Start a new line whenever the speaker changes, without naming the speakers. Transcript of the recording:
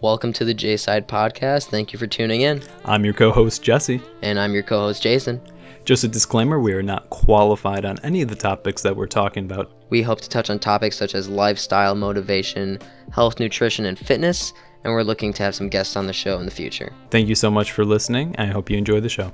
Welcome to the J Side Podcast. Thank you for tuning in.
I'm your co host, Jesse.
And I'm your co host, Jason.
Just a disclaimer we are not qualified on any of the topics that we're talking about.
We hope to touch on topics such as lifestyle, motivation, health, nutrition, and fitness. And we're looking to have some guests on the show in the future.
Thank you so much for listening. I hope you enjoy the show.